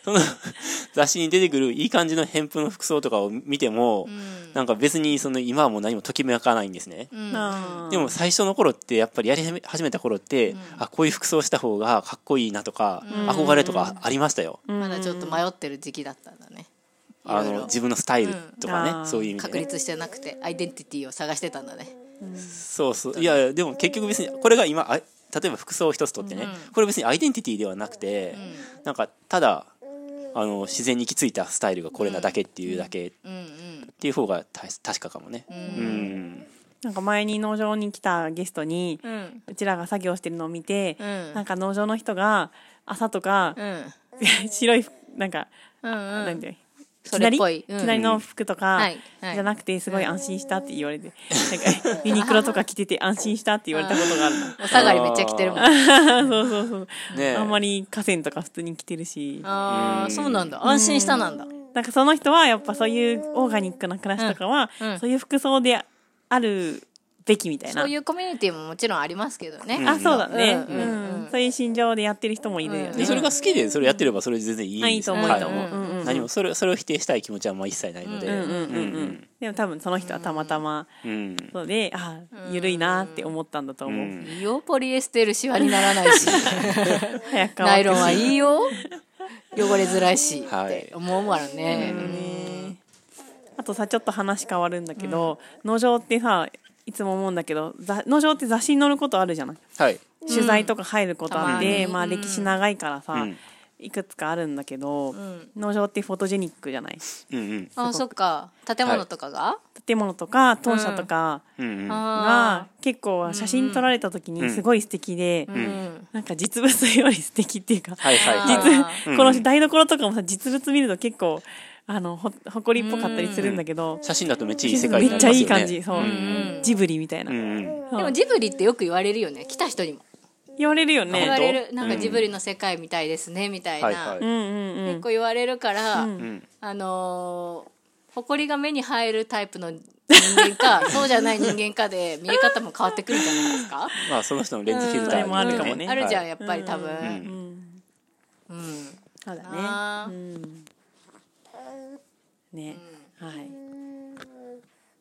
[SPEAKER 1] その *laughs* 雑誌に出てくるいい感じの偏布の服装とかを見ても、なんか別にその今はもう何もときめかないんですね。
[SPEAKER 2] あー
[SPEAKER 1] でも最初の頃ってやっぱりやり始めた頃って、あこういう服装した方がかっこいいなとか、憧れとかありましたよ、
[SPEAKER 3] まだちょっと迷ってる時期だったんだねい
[SPEAKER 1] あ
[SPEAKER 3] ろい
[SPEAKER 1] の
[SPEAKER 3] ろ
[SPEAKER 1] 自分のスタイルとかね、
[SPEAKER 2] うん
[SPEAKER 1] そういう意味
[SPEAKER 3] 確
[SPEAKER 1] で、ね、
[SPEAKER 3] 立してなくてアイデンティティを探してたんだね
[SPEAKER 1] そうそういやいやでも結局別にこれが今あ例えば服装を一つとってね、これ別にアイデンティティではなくて、なんかただあの自然に行き着いたスタイルがこれなだけっていうだけっ
[SPEAKER 3] うんうん
[SPEAKER 1] ていう方がた確かかもねうん
[SPEAKER 2] なんか前に農場に来たゲストに、
[SPEAKER 3] うんうん
[SPEAKER 2] うちらが作業してるのを見て、
[SPEAKER 3] うん
[SPEAKER 2] なんか農場の人が朝とか、白い服なんか、
[SPEAKER 3] うんう
[SPEAKER 2] なん
[SPEAKER 3] ん
[SPEAKER 2] ていうの
[SPEAKER 3] それっぽい
[SPEAKER 2] きなりきなりの服とか、
[SPEAKER 3] はいはい
[SPEAKER 2] じゃなくてすごい安心したって言われて、なんか
[SPEAKER 3] *laughs*
[SPEAKER 2] ユニクロとか着てて安心したって言われたことがあるの
[SPEAKER 3] お下がりめっちゃ着てるもん
[SPEAKER 2] そうそうそう、
[SPEAKER 1] ねえ
[SPEAKER 2] あんまり河川とか普通に着てるし
[SPEAKER 3] あーそうなんだ安心したなんだ
[SPEAKER 2] なんかその人はやっぱそういうオーガニックな暮らしとかは、
[SPEAKER 3] うんうん
[SPEAKER 2] そういう服装であるべきみたいな
[SPEAKER 3] そういうコミュニティももちろんありますけどね
[SPEAKER 2] あそうだね、
[SPEAKER 3] うんうん
[SPEAKER 2] うんそういう心情でやってる人もいるよね、
[SPEAKER 1] でそれが好きでそれやってればそれで全然いいん
[SPEAKER 2] あいい
[SPEAKER 1] です
[SPEAKER 2] と
[SPEAKER 1] よ
[SPEAKER 2] 思う、
[SPEAKER 1] はい
[SPEAKER 2] いと思う。うんうん
[SPEAKER 1] 何もそれそれを否定したい気持ちはまあ一切ないので、
[SPEAKER 2] うんうんうんうん。でも多分その人はたまたま
[SPEAKER 1] うん
[SPEAKER 2] そうで、あー、ゆるいなーって思ったんだと思う。
[SPEAKER 1] うん
[SPEAKER 3] いいよポリエステルシワにならないし
[SPEAKER 2] 早く
[SPEAKER 3] ナイ
[SPEAKER 2] 乾
[SPEAKER 3] ロン
[SPEAKER 2] く
[SPEAKER 3] は
[SPEAKER 2] し。
[SPEAKER 3] いいよ汚れづらいしっ
[SPEAKER 1] はい
[SPEAKER 3] て思うわね
[SPEAKER 2] あとさ、ちょっと話変わるんだけど、農場ってさ、いつも思うんだけど、ざ農場って雑誌に載ることあるじゃない
[SPEAKER 1] はい
[SPEAKER 2] 取材とか入ることあって、
[SPEAKER 3] たまに
[SPEAKER 2] まあ歴史長いからさ、
[SPEAKER 1] うん
[SPEAKER 2] いくつかあるんだけど、農場ってフォトジェニックじゃない
[SPEAKER 1] うんうん
[SPEAKER 3] あそっか建物とかが
[SPEAKER 2] 建物とか豚舎とか
[SPEAKER 1] うんうん
[SPEAKER 2] が
[SPEAKER 3] あ
[SPEAKER 2] 結構写真撮られた時にすごい素敵で、
[SPEAKER 3] ーうん
[SPEAKER 2] なんか実物より素敵っていうか、
[SPEAKER 1] はいはいはい
[SPEAKER 2] 実この台所とかもさ実物見ると結構あのほ誇りっぽかったりするんだけど、
[SPEAKER 1] 写真だとめっちゃいい世界
[SPEAKER 2] め
[SPEAKER 1] に
[SPEAKER 2] っ
[SPEAKER 1] なり
[SPEAKER 2] ちゃ
[SPEAKER 1] ま
[SPEAKER 2] い
[SPEAKER 1] す
[SPEAKER 2] い
[SPEAKER 1] よね
[SPEAKER 2] 感じそう、
[SPEAKER 3] ん
[SPEAKER 2] ジブリみたいな、
[SPEAKER 1] うんうん
[SPEAKER 2] うん
[SPEAKER 3] でもジブリってよく言われるよね来た人にも
[SPEAKER 2] 言われるよ
[SPEAKER 3] 言わ
[SPEAKER 2] ね
[SPEAKER 3] れるなんかジブリの世界みたいですねみたい
[SPEAKER 1] はいは
[SPEAKER 3] ない
[SPEAKER 2] うんうんうん
[SPEAKER 3] 結構言われるから
[SPEAKER 1] ん
[SPEAKER 3] あのー埃が目に入るタイプの人間かそうじゃない人間かで見え方も変わってくるじゃないですか
[SPEAKER 1] まあその人のレンズフィルターによって
[SPEAKER 2] うんあれもあるかもね
[SPEAKER 3] あるじゃ
[SPEAKER 1] は
[SPEAKER 3] ん
[SPEAKER 1] い
[SPEAKER 3] やっぱり多
[SPEAKER 1] う
[SPEAKER 3] 分
[SPEAKER 1] ん
[SPEAKER 3] うん
[SPEAKER 2] そうだね
[SPEAKER 3] あ
[SPEAKER 2] う
[SPEAKER 3] ー
[SPEAKER 2] んね、はい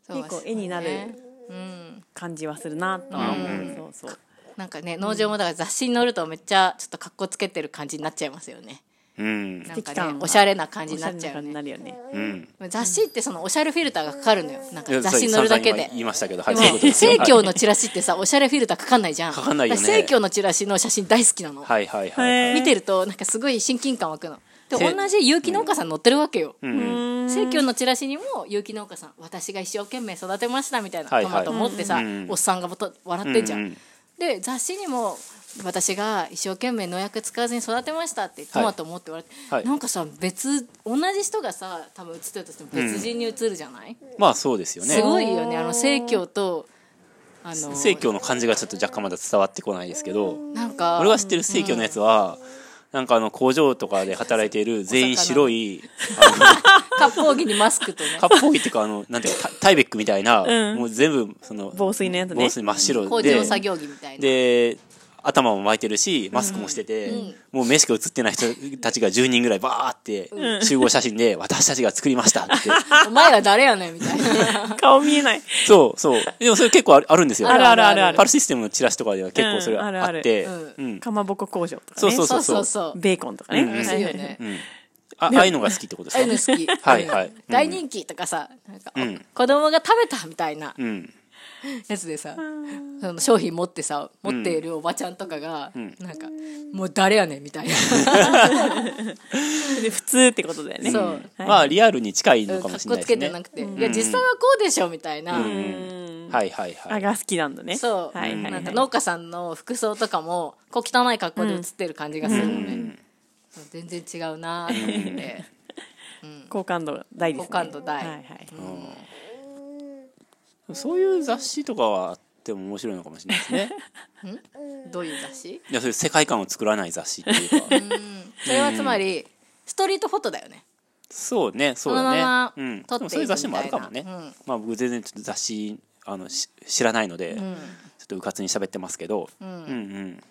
[SPEAKER 3] そう
[SPEAKER 2] 結構絵になる
[SPEAKER 3] ねうん
[SPEAKER 2] 感じはするなとは思う、そうそう
[SPEAKER 3] なんかね農場もだから雑誌に載るとめっちゃちょっと格好つけてる感じになっちゃいますよね
[SPEAKER 1] うん
[SPEAKER 3] なん
[SPEAKER 2] 敵
[SPEAKER 3] か
[SPEAKER 2] 感
[SPEAKER 3] ね
[SPEAKER 2] が
[SPEAKER 3] おしゃれな感じ
[SPEAKER 2] おし
[SPEAKER 3] にな
[SPEAKER 2] ゃ
[SPEAKER 3] っ
[SPEAKER 2] れ
[SPEAKER 3] ち
[SPEAKER 2] な
[SPEAKER 3] ゃ
[SPEAKER 2] 感
[SPEAKER 3] うよ
[SPEAKER 2] じに
[SPEAKER 3] ね
[SPEAKER 2] なるよね、
[SPEAKER 1] うん
[SPEAKER 3] 雑誌ってそのおしゃれフィルターがかかるのよなん
[SPEAKER 1] い
[SPEAKER 3] か
[SPEAKER 1] や
[SPEAKER 3] 雑誌に載るだけ
[SPEAKER 1] 散々
[SPEAKER 3] で
[SPEAKER 1] 今言いましたけどはいそういうことですよ
[SPEAKER 3] 正教のチラシってさおしゃれフィルターかかんないじゃん
[SPEAKER 1] かかんないよね
[SPEAKER 3] 正教のチラシの写真大好きなの、
[SPEAKER 1] はいはいはいはい
[SPEAKER 2] へー
[SPEAKER 3] 見てるとなんかすごい親近感湧くので
[SPEAKER 1] せ
[SPEAKER 3] 同じ有機農家さん載ってるわけよ、
[SPEAKER 1] うんうん
[SPEAKER 3] 正教のチラシにも有機農家さん私が一生懸命育てましたみたいな
[SPEAKER 1] は
[SPEAKER 3] ト
[SPEAKER 1] いはい
[SPEAKER 3] マト持ってさ、
[SPEAKER 1] うん
[SPEAKER 3] おっさんがぼと笑ってんじゃん、
[SPEAKER 1] うんうん
[SPEAKER 3] で雑誌にも私が一生懸命農薬使わずに育てましたってトマト持って言われて、
[SPEAKER 1] はい
[SPEAKER 3] なんかさ別同じ人がさ多分写ってたとしても別人に写るじゃない、
[SPEAKER 1] まあそうですよね
[SPEAKER 3] すごいよねあの正教とあの
[SPEAKER 1] 正教の感じがちょっと若干まだ伝わってこないですけど
[SPEAKER 3] なんか
[SPEAKER 1] 俺が知ってる正教のやつはなんかあの工場とかで働いている全員白い
[SPEAKER 3] 割烹着にマスクと
[SPEAKER 1] *laughs*
[SPEAKER 3] ね
[SPEAKER 1] 割烹着っていうかあのなんていうかタタイベックみたいなもう全部その
[SPEAKER 2] 防水のやつね
[SPEAKER 1] 防水真っ白
[SPEAKER 3] 工
[SPEAKER 1] で
[SPEAKER 3] 場作業着みたいな
[SPEAKER 1] で頭も巻いてるしマスクもしてて、
[SPEAKER 3] うん
[SPEAKER 1] もう目しか映ってない人たちが10人ぐらいバーって集合写真で「私たちが作りました」っ
[SPEAKER 3] *laughs*
[SPEAKER 1] て
[SPEAKER 3] お前ら誰やねんみたいな
[SPEAKER 2] 顔見えない。
[SPEAKER 1] そうそうでもそれ結構あるあるんですよ
[SPEAKER 2] あるあるあるある
[SPEAKER 1] パルシステムのチラシとかでは結構それ
[SPEAKER 2] うんある
[SPEAKER 1] あ
[SPEAKER 2] ある
[SPEAKER 1] って
[SPEAKER 3] う
[SPEAKER 1] うん
[SPEAKER 2] かまぼこ工場とかね。
[SPEAKER 1] *laughs* そうそう
[SPEAKER 3] そうそうそう
[SPEAKER 2] ベーコンとかね。
[SPEAKER 1] ん
[SPEAKER 3] ですよね
[SPEAKER 1] うんあああいうのが好きってこと
[SPEAKER 3] ああいう
[SPEAKER 1] で
[SPEAKER 3] の
[SPEAKER 1] すか
[SPEAKER 3] 好き
[SPEAKER 1] はいはい
[SPEAKER 3] うん大人気とかさなんか、
[SPEAKER 1] ん
[SPEAKER 3] 子供が食べたみたいな
[SPEAKER 1] うん
[SPEAKER 3] やつでさ、その商品持ってさ持っているおばちゃんとかが、なんかもう誰やねんみたいな、
[SPEAKER 2] で普通ってことだよね。
[SPEAKER 3] そう、
[SPEAKER 2] はい
[SPEAKER 1] まあリアルに近い
[SPEAKER 3] うん
[SPEAKER 1] のか
[SPEAKER 3] か
[SPEAKER 1] も
[SPEAKER 3] っ
[SPEAKER 1] しれ
[SPEAKER 3] こ
[SPEAKER 1] ない
[SPEAKER 3] つ
[SPEAKER 1] です
[SPEAKER 3] け
[SPEAKER 1] ね
[SPEAKER 3] てなくて、いや実際はこうでしょみたいな、
[SPEAKER 1] はいはいは
[SPEAKER 2] あ
[SPEAKER 1] い
[SPEAKER 2] が好きなんだね。
[SPEAKER 3] そう、
[SPEAKER 2] はいはい、
[SPEAKER 3] な
[SPEAKER 2] は
[SPEAKER 3] ん
[SPEAKER 2] い。
[SPEAKER 3] か農家さんの服装とかもこう汚い格好で写ってる感じがするのね、そう全然違うなと思って
[SPEAKER 2] 好感度大ですね。
[SPEAKER 3] 好感度大
[SPEAKER 2] はいはい。
[SPEAKER 1] そういう雑誌とかはあっても面白いのかもしれないです
[SPEAKER 3] *laughs*
[SPEAKER 1] ね
[SPEAKER 3] どういう雑誌
[SPEAKER 1] いやそういう世界観を作らない雑誌っていうか
[SPEAKER 3] それはつまりストリートフォトだよね
[SPEAKER 1] そうねそうだ
[SPEAKER 3] そのま
[SPEAKER 1] ね
[SPEAKER 3] ま
[SPEAKER 1] うん
[SPEAKER 3] 撮
[SPEAKER 1] で
[SPEAKER 3] って
[SPEAKER 1] もそ
[SPEAKER 3] いくみたいな
[SPEAKER 1] ういう雑誌もあるかもね
[SPEAKER 3] うん
[SPEAKER 1] まあ僕全然ちょっと雑誌あのし知らないのでちょっとうかつに喋ってますけどうんうん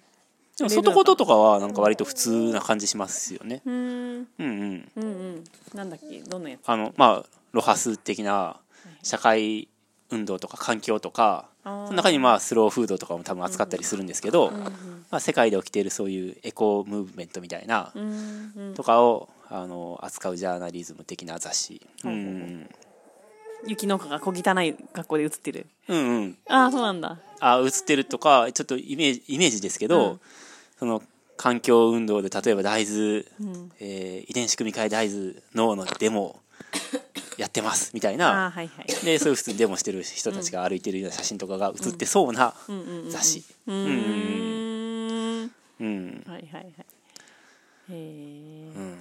[SPEAKER 1] でも外事とかはなんか割と普通な感じしますよねうんうん
[SPEAKER 2] うんうん。なんだっけどんなやつ。
[SPEAKER 1] あのまあロハス的な社会運動とか環境とかそ
[SPEAKER 2] あー
[SPEAKER 1] の中にまあスローフードとかも多分扱ったりするんですけど、まあ、世界で起きているそういうエコムーブメントみたいな
[SPEAKER 2] うんうん。
[SPEAKER 1] とかをあの扱うジャーナリズム的な雑誌うん
[SPEAKER 2] 雪農家が小汚い格好で写ってる。
[SPEAKER 1] うんうんうん
[SPEAKER 2] ああそうなんだ。
[SPEAKER 1] あ映ってるとかちょっとイメージイメージですけど、
[SPEAKER 2] うん
[SPEAKER 1] その環境運動で例えば大豆、えー遺伝子組み換え大豆脳のデモやってますみたい
[SPEAKER 2] あ
[SPEAKER 1] な
[SPEAKER 2] あーはいはい。
[SPEAKER 1] でそういう普通にデモしてる人たちが歩いてるような写真とかが写ってそうな雑誌
[SPEAKER 2] うーん。
[SPEAKER 1] うん
[SPEAKER 2] はいはいはい。へえ。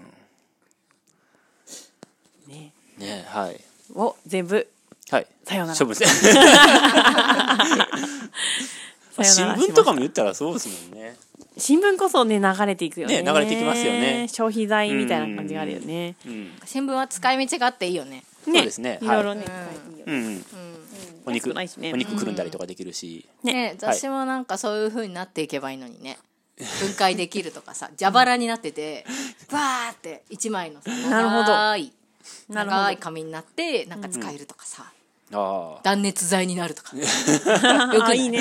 [SPEAKER 2] ね。
[SPEAKER 1] ねはい
[SPEAKER 2] を全部
[SPEAKER 1] はい
[SPEAKER 2] さよなら
[SPEAKER 1] 処分して
[SPEAKER 2] さよ
[SPEAKER 1] 新
[SPEAKER 2] なら
[SPEAKER 1] 聞とかも言ったらそうですもんね
[SPEAKER 2] 新聞こそね流れていくよね
[SPEAKER 1] ね流れていきますよね
[SPEAKER 2] 消費財みたいな感じがあるよね
[SPEAKER 1] うん
[SPEAKER 3] 新聞は使い道があっていいよね
[SPEAKER 1] そ
[SPEAKER 2] ね
[SPEAKER 1] うですね
[SPEAKER 2] いろいろね、
[SPEAKER 1] うんうんお肉
[SPEAKER 2] 安くないしね
[SPEAKER 1] お肉くるんだりとかできるし
[SPEAKER 3] ね雑誌もなんかそういう風になっていけばいいのにね分解できるとか
[SPEAKER 2] *laughs*
[SPEAKER 3] さ蛇腹になっててバーって一枚の
[SPEAKER 2] *laughs*
[SPEAKER 3] さ
[SPEAKER 2] なるほど
[SPEAKER 3] 長い
[SPEAKER 2] なるほど
[SPEAKER 3] 長い紙になってなんか使えるとかさ、
[SPEAKER 1] ああ
[SPEAKER 3] 断熱材になるとか
[SPEAKER 2] よくいいね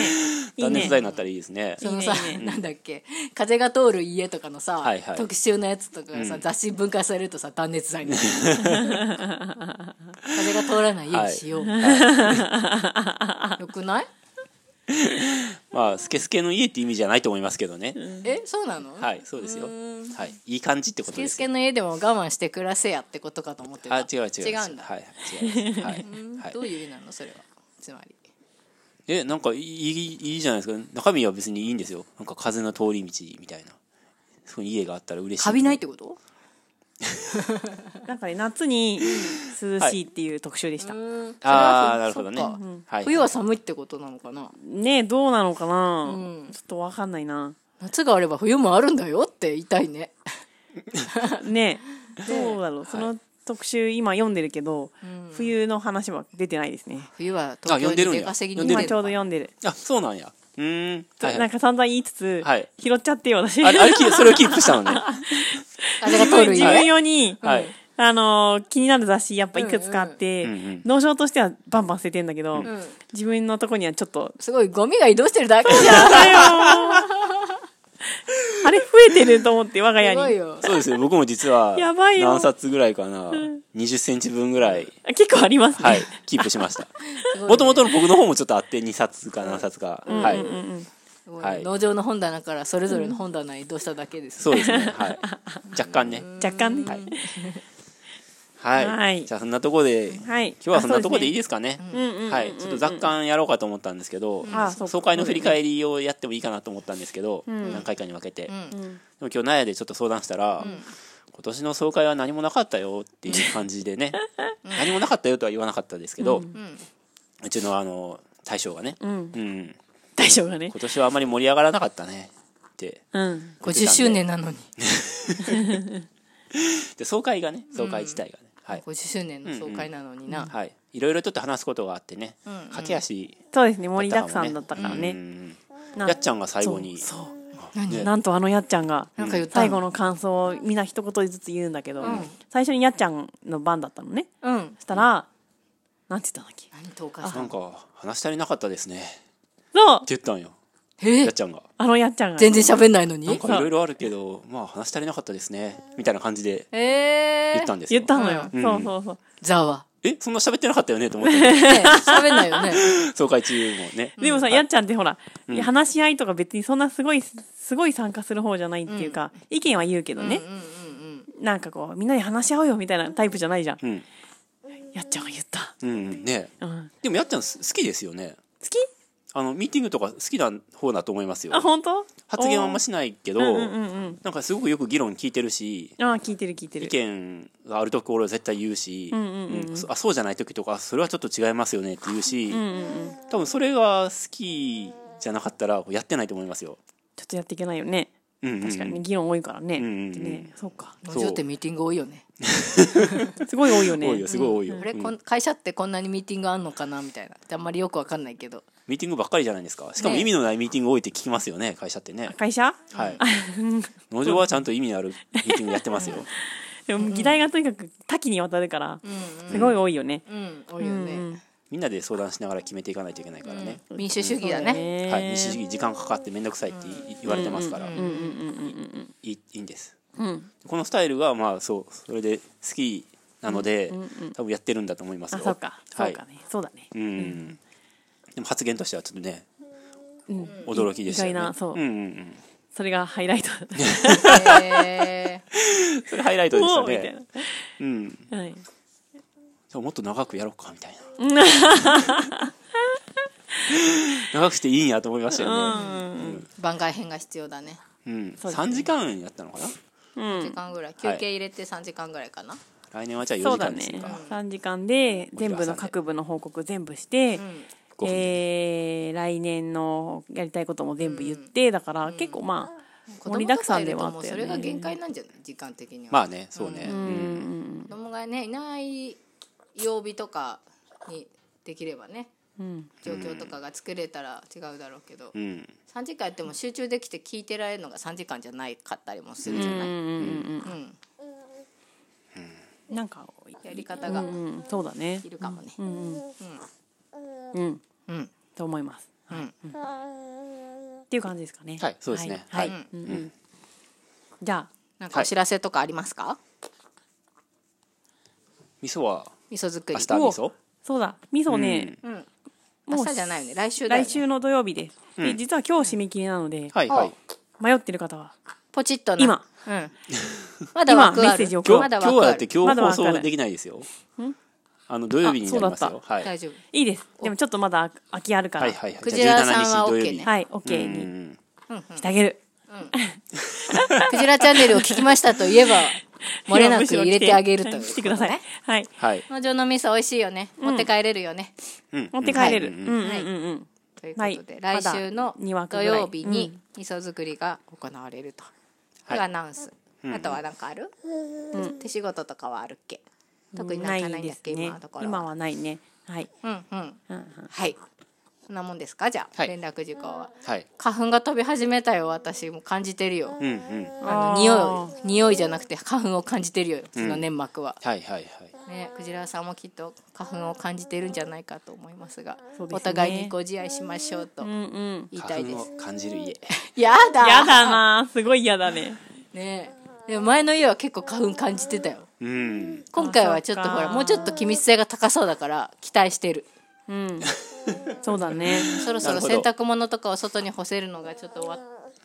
[SPEAKER 2] いい
[SPEAKER 1] 断熱
[SPEAKER 2] ね
[SPEAKER 1] 材になったらいいですね
[SPEAKER 3] そのさ
[SPEAKER 2] いいねいいね
[SPEAKER 3] *laughs* なんだっけ風が通る家とかのさ、
[SPEAKER 1] はいはい
[SPEAKER 3] 特集のやつとかがさ、雑誌に分解されるとさ断熱材になる
[SPEAKER 2] *laughs*
[SPEAKER 3] 風が通らない家にしよう、よく
[SPEAKER 2] *laughs*
[SPEAKER 3] ない
[SPEAKER 1] まあスケスケの家って意味じゃないと思いますけどね
[SPEAKER 3] えそうなの、
[SPEAKER 1] はいそうですよはいいい感じってこ
[SPEAKER 3] ス
[SPEAKER 1] と
[SPEAKER 3] ケ
[SPEAKER 1] で
[SPEAKER 3] ス
[SPEAKER 1] す
[SPEAKER 3] ケの家でも我慢して暮らせやってことかと思ってた
[SPEAKER 1] あ違う違う
[SPEAKER 3] 違うんだ、
[SPEAKER 1] はい違いますはいはい
[SPEAKER 3] どういう意味なのそれはつまり
[SPEAKER 1] えなんかいいいいじゃないですか中身は別にいいんですよなんか風の通り道みたいなそういう家があったら嬉しい
[SPEAKER 3] カビないってこと
[SPEAKER 2] なんかね夏に涼しいっていう特集でした、
[SPEAKER 1] ああなるほどね
[SPEAKER 3] そっか
[SPEAKER 1] はい
[SPEAKER 3] 冬は寒いってことなのかな
[SPEAKER 2] ねどうなのかな、ちょっとわかんないな
[SPEAKER 3] 夏があれば冬もあるんだよって言いたいね
[SPEAKER 2] ねどうだろう、その特集今読んでるけど、冬の話は出てないですね
[SPEAKER 3] 冬は東京
[SPEAKER 1] あ呼んでるん
[SPEAKER 3] に
[SPEAKER 1] や
[SPEAKER 3] 出稼ぎ
[SPEAKER 1] 呼
[SPEAKER 3] に
[SPEAKER 1] んでるん
[SPEAKER 2] 今
[SPEAKER 3] 行く
[SPEAKER 2] ちょうど読んでる、
[SPEAKER 1] あそうなんやうーんはいは
[SPEAKER 2] なん
[SPEAKER 1] い
[SPEAKER 2] か散々言いつつ、
[SPEAKER 1] はい
[SPEAKER 2] 拾っちゃって私
[SPEAKER 1] あれあれキーそれをキープしたのね
[SPEAKER 3] 風が通る
[SPEAKER 2] *laughs* 自
[SPEAKER 3] 家
[SPEAKER 2] 分用に、
[SPEAKER 1] はい
[SPEAKER 2] あのー気になる雑誌やっぱいくつかあって、
[SPEAKER 1] んうん
[SPEAKER 2] 農場としてはバンバン捨ててんだけど、
[SPEAKER 3] ん
[SPEAKER 2] 自分のとこにはちょっと *laughs*
[SPEAKER 3] すごいゴミが移動してるだけじゃん
[SPEAKER 2] あれ増えてると思って我が家
[SPEAKER 3] すごい
[SPEAKER 2] に
[SPEAKER 3] よ
[SPEAKER 1] そうですよ僕も実は
[SPEAKER 2] やばいよ
[SPEAKER 1] 何冊ぐらいかな2 0ンチ分ぐらい
[SPEAKER 2] あ結構ありますね、
[SPEAKER 1] はいキープしましたもともとの僕の方もちょっとあって2冊か何冊かはい
[SPEAKER 3] すごい
[SPEAKER 1] はい
[SPEAKER 3] 農場の本棚からそれぞれの本棚に移動しただけです、
[SPEAKER 1] そうですねはい若干ね
[SPEAKER 2] 若干ねはい、は
[SPEAKER 1] はいいじゃあそんなとこで今日はそんなとこでいいですかねはいちょっと雑感やろうかと思ったんですけど
[SPEAKER 2] あそうか
[SPEAKER 1] 総会の振り返りをやってもいいかなと思ったんですけど何回かに分けて
[SPEAKER 3] うん
[SPEAKER 1] でも今日納屋でちょっと相談したら、今年の総会は何もなかったよっていう感じでね何もなかったよとは言わなかったですけど、うちのあの大将がね、うん
[SPEAKER 2] 大丈夫だね
[SPEAKER 1] 今年はあまり盛り上がらなかったねって
[SPEAKER 2] うん
[SPEAKER 3] 50周年なのに
[SPEAKER 1] で総会がね総会自体がね、はい、
[SPEAKER 3] 50周年の総会なのにな、
[SPEAKER 1] はい、いろいろちょっと話すことがあってね、駆け足
[SPEAKER 2] そうですね盛りだくさんだったから
[SPEAKER 1] う
[SPEAKER 2] ね
[SPEAKER 1] ん
[SPEAKER 2] な
[SPEAKER 1] やっちゃんが最後に
[SPEAKER 2] そう
[SPEAKER 3] 何
[SPEAKER 1] ね
[SPEAKER 2] なんとあのやっちゃんが
[SPEAKER 3] なんか言ったの
[SPEAKER 2] 最後の感想をみんな一言ずつ言うんだけど、
[SPEAKER 3] ん
[SPEAKER 2] 最初にやっちゃんの番だったのね
[SPEAKER 3] うん
[SPEAKER 2] そしたら、なんて言ったんだっけ
[SPEAKER 3] 何投下した
[SPEAKER 1] なん
[SPEAKER 3] の
[SPEAKER 1] か話足りなかったですね
[SPEAKER 2] そう
[SPEAKER 1] って言ったんよ
[SPEAKER 3] え
[SPEAKER 1] やっちゃんが
[SPEAKER 2] あのやっちゃんが
[SPEAKER 3] 全然喋んないのに
[SPEAKER 1] なんかいろいろあるけどまあ話足りなかったですねみたいな感じで
[SPEAKER 3] え
[SPEAKER 1] 言
[SPEAKER 3] え
[SPEAKER 1] ったんですよ
[SPEAKER 2] 言ったのよ、
[SPEAKER 1] うん
[SPEAKER 2] そうそうそう、
[SPEAKER 3] ざわ
[SPEAKER 1] えそんな喋ってなかったよねと思って
[SPEAKER 3] ね喋んないよね
[SPEAKER 1] 総会中もね
[SPEAKER 2] でもさ、やっちゃんってほら、話し合いとか別にそんなすごいすごい参加する方じゃないっていうか、意見は言うけどね、なんかこうみんなで話し合おうよみたいなタイプじゃないじゃん、
[SPEAKER 1] うん
[SPEAKER 2] やっちゃんが言った、
[SPEAKER 1] うんうんね
[SPEAKER 2] うん、
[SPEAKER 1] でもやっちゃんす好きですよね
[SPEAKER 2] 好き
[SPEAKER 1] あのミーティングとか好きな方だと思いますよ
[SPEAKER 2] あ本当
[SPEAKER 1] 発言はあんま
[SPEAKER 2] し
[SPEAKER 1] しないけど、
[SPEAKER 2] うんうんうん
[SPEAKER 1] なんかすごくよく議論聞いてるし
[SPEAKER 2] うんあ聞いてる聞いてる
[SPEAKER 1] 意見があるところは絶対言うし、
[SPEAKER 2] んうんうん
[SPEAKER 1] うんそあそうじゃない時とかあそれはちょっと違いますよねって言うし、
[SPEAKER 2] うんうんうん
[SPEAKER 1] 多分それが好きじゃなかったらやってないと思いますよ。
[SPEAKER 2] ちょっとやっていけないよね
[SPEAKER 1] うんうんうん
[SPEAKER 2] 確かにね議論多いからね,、
[SPEAKER 1] うんうんうん
[SPEAKER 2] でねそうか
[SPEAKER 3] 農場ってミーティング多いよね
[SPEAKER 2] *laughs* すごい多いよね
[SPEAKER 1] 多いよすごい多いよ、
[SPEAKER 3] あれ
[SPEAKER 1] うん
[SPEAKER 3] こん会社ってこんなにミーティングあんのかなみたいなってあんまりよくわかんないけど
[SPEAKER 1] ミーティングばっかりじゃないですかしかも
[SPEAKER 3] ね
[SPEAKER 1] 意味のないミーティング多いって聞きますよね会社ってね
[SPEAKER 2] 会社 *laughs*
[SPEAKER 1] はい農場はちゃんと意味のあるミーティングやってますよ
[SPEAKER 2] でも議題がとにかく多岐にわたるからすごい多いよね、
[SPEAKER 3] うん多いよね、
[SPEAKER 2] うん
[SPEAKER 1] みんなで相談しながら決めていかないといけないからね、
[SPEAKER 3] 民主主義だ
[SPEAKER 2] そう
[SPEAKER 3] ね
[SPEAKER 1] はい、民主主義時間かかって面倒くさいってい言われてますから、
[SPEAKER 2] うんうんうんうんうん
[SPEAKER 1] いいいいんです
[SPEAKER 2] うん
[SPEAKER 1] このスタイルがまあそうそれで好きなので、多分やってるんだと思います
[SPEAKER 2] あ
[SPEAKER 1] よ
[SPEAKER 2] そうかそうか
[SPEAKER 1] は
[SPEAKER 2] ね、そうだね
[SPEAKER 1] い、うんでも発言としてはちょっとね、
[SPEAKER 2] ん
[SPEAKER 1] 驚きでしたよね
[SPEAKER 2] 意外なそう
[SPEAKER 1] うんうんうん、
[SPEAKER 2] それがハイライトだった
[SPEAKER 3] へー
[SPEAKER 1] それハイライトでした
[SPEAKER 2] おーみたい
[SPEAKER 1] ねうんで
[SPEAKER 2] な、はい、
[SPEAKER 1] ももっと長くやろうかみたいな
[SPEAKER 2] *laughs*
[SPEAKER 1] 長くしていいんやと思いましたよね、
[SPEAKER 3] *laughs* 番外編が必要だね
[SPEAKER 1] うん
[SPEAKER 2] そうです
[SPEAKER 1] 3
[SPEAKER 2] ね
[SPEAKER 1] 時間やったのかな
[SPEAKER 3] 時間ぐらい休憩入れて3時間ぐらいかな、
[SPEAKER 1] 来年はじゃあ4
[SPEAKER 2] そ
[SPEAKER 1] 時
[SPEAKER 2] うだ
[SPEAKER 1] 間に
[SPEAKER 2] ね
[SPEAKER 1] するか、
[SPEAKER 2] 3時間で全部の各部の報告全部して、
[SPEAKER 1] 五分
[SPEAKER 2] えー来年のやりたいことも全部言って、だから結構まあ
[SPEAKER 3] 子
[SPEAKER 2] 盛り
[SPEAKER 3] 供
[SPEAKER 2] だ
[SPEAKER 3] と
[SPEAKER 2] く
[SPEAKER 3] か
[SPEAKER 2] さ
[SPEAKER 3] い
[SPEAKER 2] んで
[SPEAKER 3] る
[SPEAKER 2] は
[SPEAKER 3] と
[SPEAKER 2] あ
[SPEAKER 3] も
[SPEAKER 2] っ
[SPEAKER 3] う
[SPEAKER 2] たよ
[SPEAKER 3] それが限
[SPEAKER 2] ね。
[SPEAKER 3] 界なんじゃない時間的には、
[SPEAKER 1] まあねそうね、うん
[SPEAKER 3] 子供がねいない曜日とかにできればね、状況とかが作れたら違うだろうけど、
[SPEAKER 1] うん
[SPEAKER 3] 3時間やっても集中できて聞いてられるのが3時間じゃないかったりもするじゃない、うん
[SPEAKER 2] なんか
[SPEAKER 3] やり方が
[SPEAKER 2] うんそうだね
[SPEAKER 3] い。るかもね、
[SPEAKER 2] うん
[SPEAKER 3] うん
[SPEAKER 2] と思います。
[SPEAKER 3] うん
[SPEAKER 2] っていう感じですかね。
[SPEAKER 1] はいそうですね
[SPEAKER 2] はい。
[SPEAKER 1] は
[SPEAKER 2] はい
[SPEAKER 1] い
[SPEAKER 2] うんうんじゃ
[SPEAKER 3] なんかお知らせとかありますか、
[SPEAKER 1] 味噌は
[SPEAKER 3] 味噌作
[SPEAKER 1] 明
[SPEAKER 3] り
[SPEAKER 1] 日味噌
[SPEAKER 2] あそうだ味噌ね、
[SPEAKER 3] 明日じゃないよね来週だよ、
[SPEAKER 2] 来
[SPEAKER 3] ね、
[SPEAKER 2] 週の土曜日です。で実は今日締め切りなので、
[SPEAKER 1] はいはい
[SPEAKER 2] 迷ってる方は
[SPEAKER 3] ポチッとな
[SPEAKER 2] 今 *laughs*
[SPEAKER 3] うん、まだ枠
[SPEAKER 2] 今メ
[SPEAKER 3] ある
[SPEAKER 2] ッセージ送ろ
[SPEAKER 1] 今
[SPEAKER 2] う
[SPEAKER 3] ま
[SPEAKER 1] 日
[SPEAKER 3] だ
[SPEAKER 1] 今日
[SPEAKER 3] 枠ある
[SPEAKER 1] はだって今
[SPEAKER 2] ま
[SPEAKER 1] 日
[SPEAKER 2] だわ
[SPEAKER 1] 放
[SPEAKER 2] かる
[SPEAKER 1] 送できないですよ。あの土曜日になります
[SPEAKER 2] あそうだ
[SPEAKER 1] よ。はい。
[SPEAKER 3] 大丈夫
[SPEAKER 2] いいです。でもちょっとまだ空きあるから、
[SPEAKER 1] は
[SPEAKER 2] はいい、
[SPEAKER 1] はいはい。
[SPEAKER 3] クジラさんは
[SPEAKER 1] じゃあ17日土曜日
[SPEAKER 3] OK ね
[SPEAKER 1] はい
[SPEAKER 2] OK
[SPEAKER 1] うんう
[SPEAKER 2] に
[SPEAKER 1] ん
[SPEAKER 2] してあげ
[SPEAKER 3] *laughs*
[SPEAKER 2] る。
[SPEAKER 3] クジラチャンネルを聞きましたといえ
[SPEAKER 2] *laughs*
[SPEAKER 3] ば、漏れなく入れてあげるということ、ね。
[SPEAKER 2] 来てください。はい。
[SPEAKER 1] はい。
[SPEAKER 3] 農場の味噌美味しいよね。持って帰れるよね。
[SPEAKER 1] うん
[SPEAKER 2] 持って帰れる。うんうん
[SPEAKER 3] はい
[SPEAKER 2] うんうん。
[SPEAKER 3] ということで、
[SPEAKER 2] はい
[SPEAKER 3] 来週の
[SPEAKER 2] まだ二枠
[SPEAKER 3] 土
[SPEAKER 2] ぐらい
[SPEAKER 3] 曜日に味噌作りが行われると。
[SPEAKER 1] はい
[SPEAKER 3] いうアナウンス。あとは何かある、手仕事とかはあるっけ特になんかないんだっけ、
[SPEAKER 2] ね
[SPEAKER 3] 今のところ。
[SPEAKER 2] 今はないね。はい。
[SPEAKER 3] うんうん。
[SPEAKER 2] うんうん
[SPEAKER 3] はい。そんなもんですかじゃあ、
[SPEAKER 1] はい
[SPEAKER 3] 連絡事項は。
[SPEAKER 1] はい。
[SPEAKER 3] 花粉が飛び始めたよ、私。もう感じてるよ。
[SPEAKER 1] うんうん。
[SPEAKER 3] あの
[SPEAKER 2] あー
[SPEAKER 3] 匂い匂いじゃなくて花粉を感じてるよその粘膜は、
[SPEAKER 1] はいはいはい。
[SPEAKER 3] ね、クジラさんもきっと花粉を感じてるんじゃないかと思いますが
[SPEAKER 2] そうですね
[SPEAKER 3] お互いにご自愛しましょうと
[SPEAKER 2] うんうん。
[SPEAKER 3] 言いたい
[SPEAKER 1] 花
[SPEAKER 3] で
[SPEAKER 1] 粉を
[SPEAKER 3] す、
[SPEAKER 1] 感じる家。
[SPEAKER 3] やだ
[SPEAKER 2] やだなーすごいやだね。
[SPEAKER 3] ねえでも前の家は結構花粉感じてたよ
[SPEAKER 1] うん。
[SPEAKER 3] 今回はちょっと
[SPEAKER 2] あそっ
[SPEAKER 3] ほ
[SPEAKER 2] から
[SPEAKER 3] もうちょっと気密性が高そうだから期待してる
[SPEAKER 2] うん。そうだ
[SPEAKER 3] *laughs*
[SPEAKER 2] ね。
[SPEAKER 3] そろそろ
[SPEAKER 1] なるほ
[SPEAKER 3] 洗
[SPEAKER 1] ど
[SPEAKER 3] 濯物とかを外に干せるのがちょっと終わ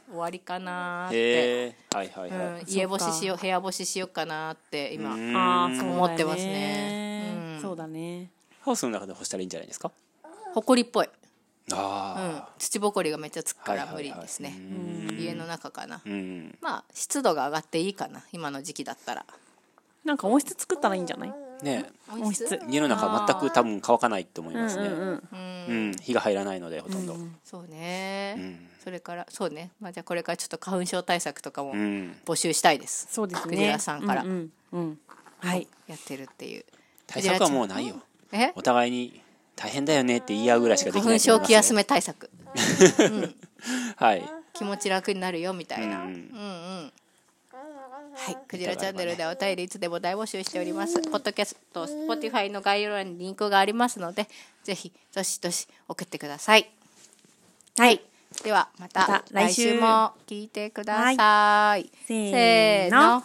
[SPEAKER 3] 終わりかなーって、
[SPEAKER 1] へえ。はいはいは
[SPEAKER 3] うん
[SPEAKER 1] い。
[SPEAKER 3] 家干ししよう部屋干ししようかなーって今、
[SPEAKER 1] うん
[SPEAKER 2] ああ、そうだね
[SPEAKER 3] 思ってますねうん
[SPEAKER 2] そうだね。
[SPEAKER 1] ハウスの中で干したらいいんじゃないですか。
[SPEAKER 3] ほこりっぽいうん
[SPEAKER 1] ああ。、
[SPEAKER 3] 土ぼこりがめっちゃつくか
[SPEAKER 1] は
[SPEAKER 3] ら
[SPEAKER 1] いは
[SPEAKER 3] 無
[SPEAKER 1] い
[SPEAKER 3] 理
[SPEAKER 1] はい
[SPEAKER 3] ですね、家の中かな、
[SPEAKER 1] うん。
[SPEAKER 3] まあ湿度が上がっていいかな今の時期だったら
[SPEAKER 2] なんか音質作ったらいいんじゃない？
[SPEAKER 1] ね
[SPEAKER 2] 音質。
[SPEAKER 1] 家の中全く多分乾かないと思いますね。うん。火が入らないのでほとんど。
[SPEAKER 3] そうね、それからそうね、まあ、じゃあこれからちょっと花粉症対策とかも
[SPEAKER 1] うん。
[SPEAKER 3] 募集したいです、
[SPEAKER 2] そうですね。
[SPEAKER 3] クジラさんから
[SPEAKER 2] うんうんうん。はい。
[SPEAKER 3] やってるっていう
[SPEAKER 1] 対策はもうないよ。
[SPEAKER 3] え
[SPEAKER 1] お互いに大変だよねって言い合うぐらいしかでき
[SPEAKER 3] 花
[SPEAKER 1] な
[SPEAKER 3] 粉
[SPEAKER 1] いと思
[SPEAKER 3] 症
[SPEAKER 1] いますよ。
[SPEAKER 3] 気休め対策
[SPEAKER 1] はい。
[SPEAKER 3] 気持ち楽になるよみたいな、
[SPEAKER 1] うん
[SPEAKER 3] うんうんはい、クジラチャンネルではお便りいつでも大募集しております。ポッドキャスト、Spotify の概要欄にリンクがありますので、ぜひ、どしどし送ってください。
[SPEAKER 2] はい。
[SPEAKER 3] では、また
[SPEAKER 2] また
[SPEAKER 3] 来
[SPEAKER 2] 来週
[SPEAKER 3] 週も聞いてください。
[SPEAKER 2] せーの。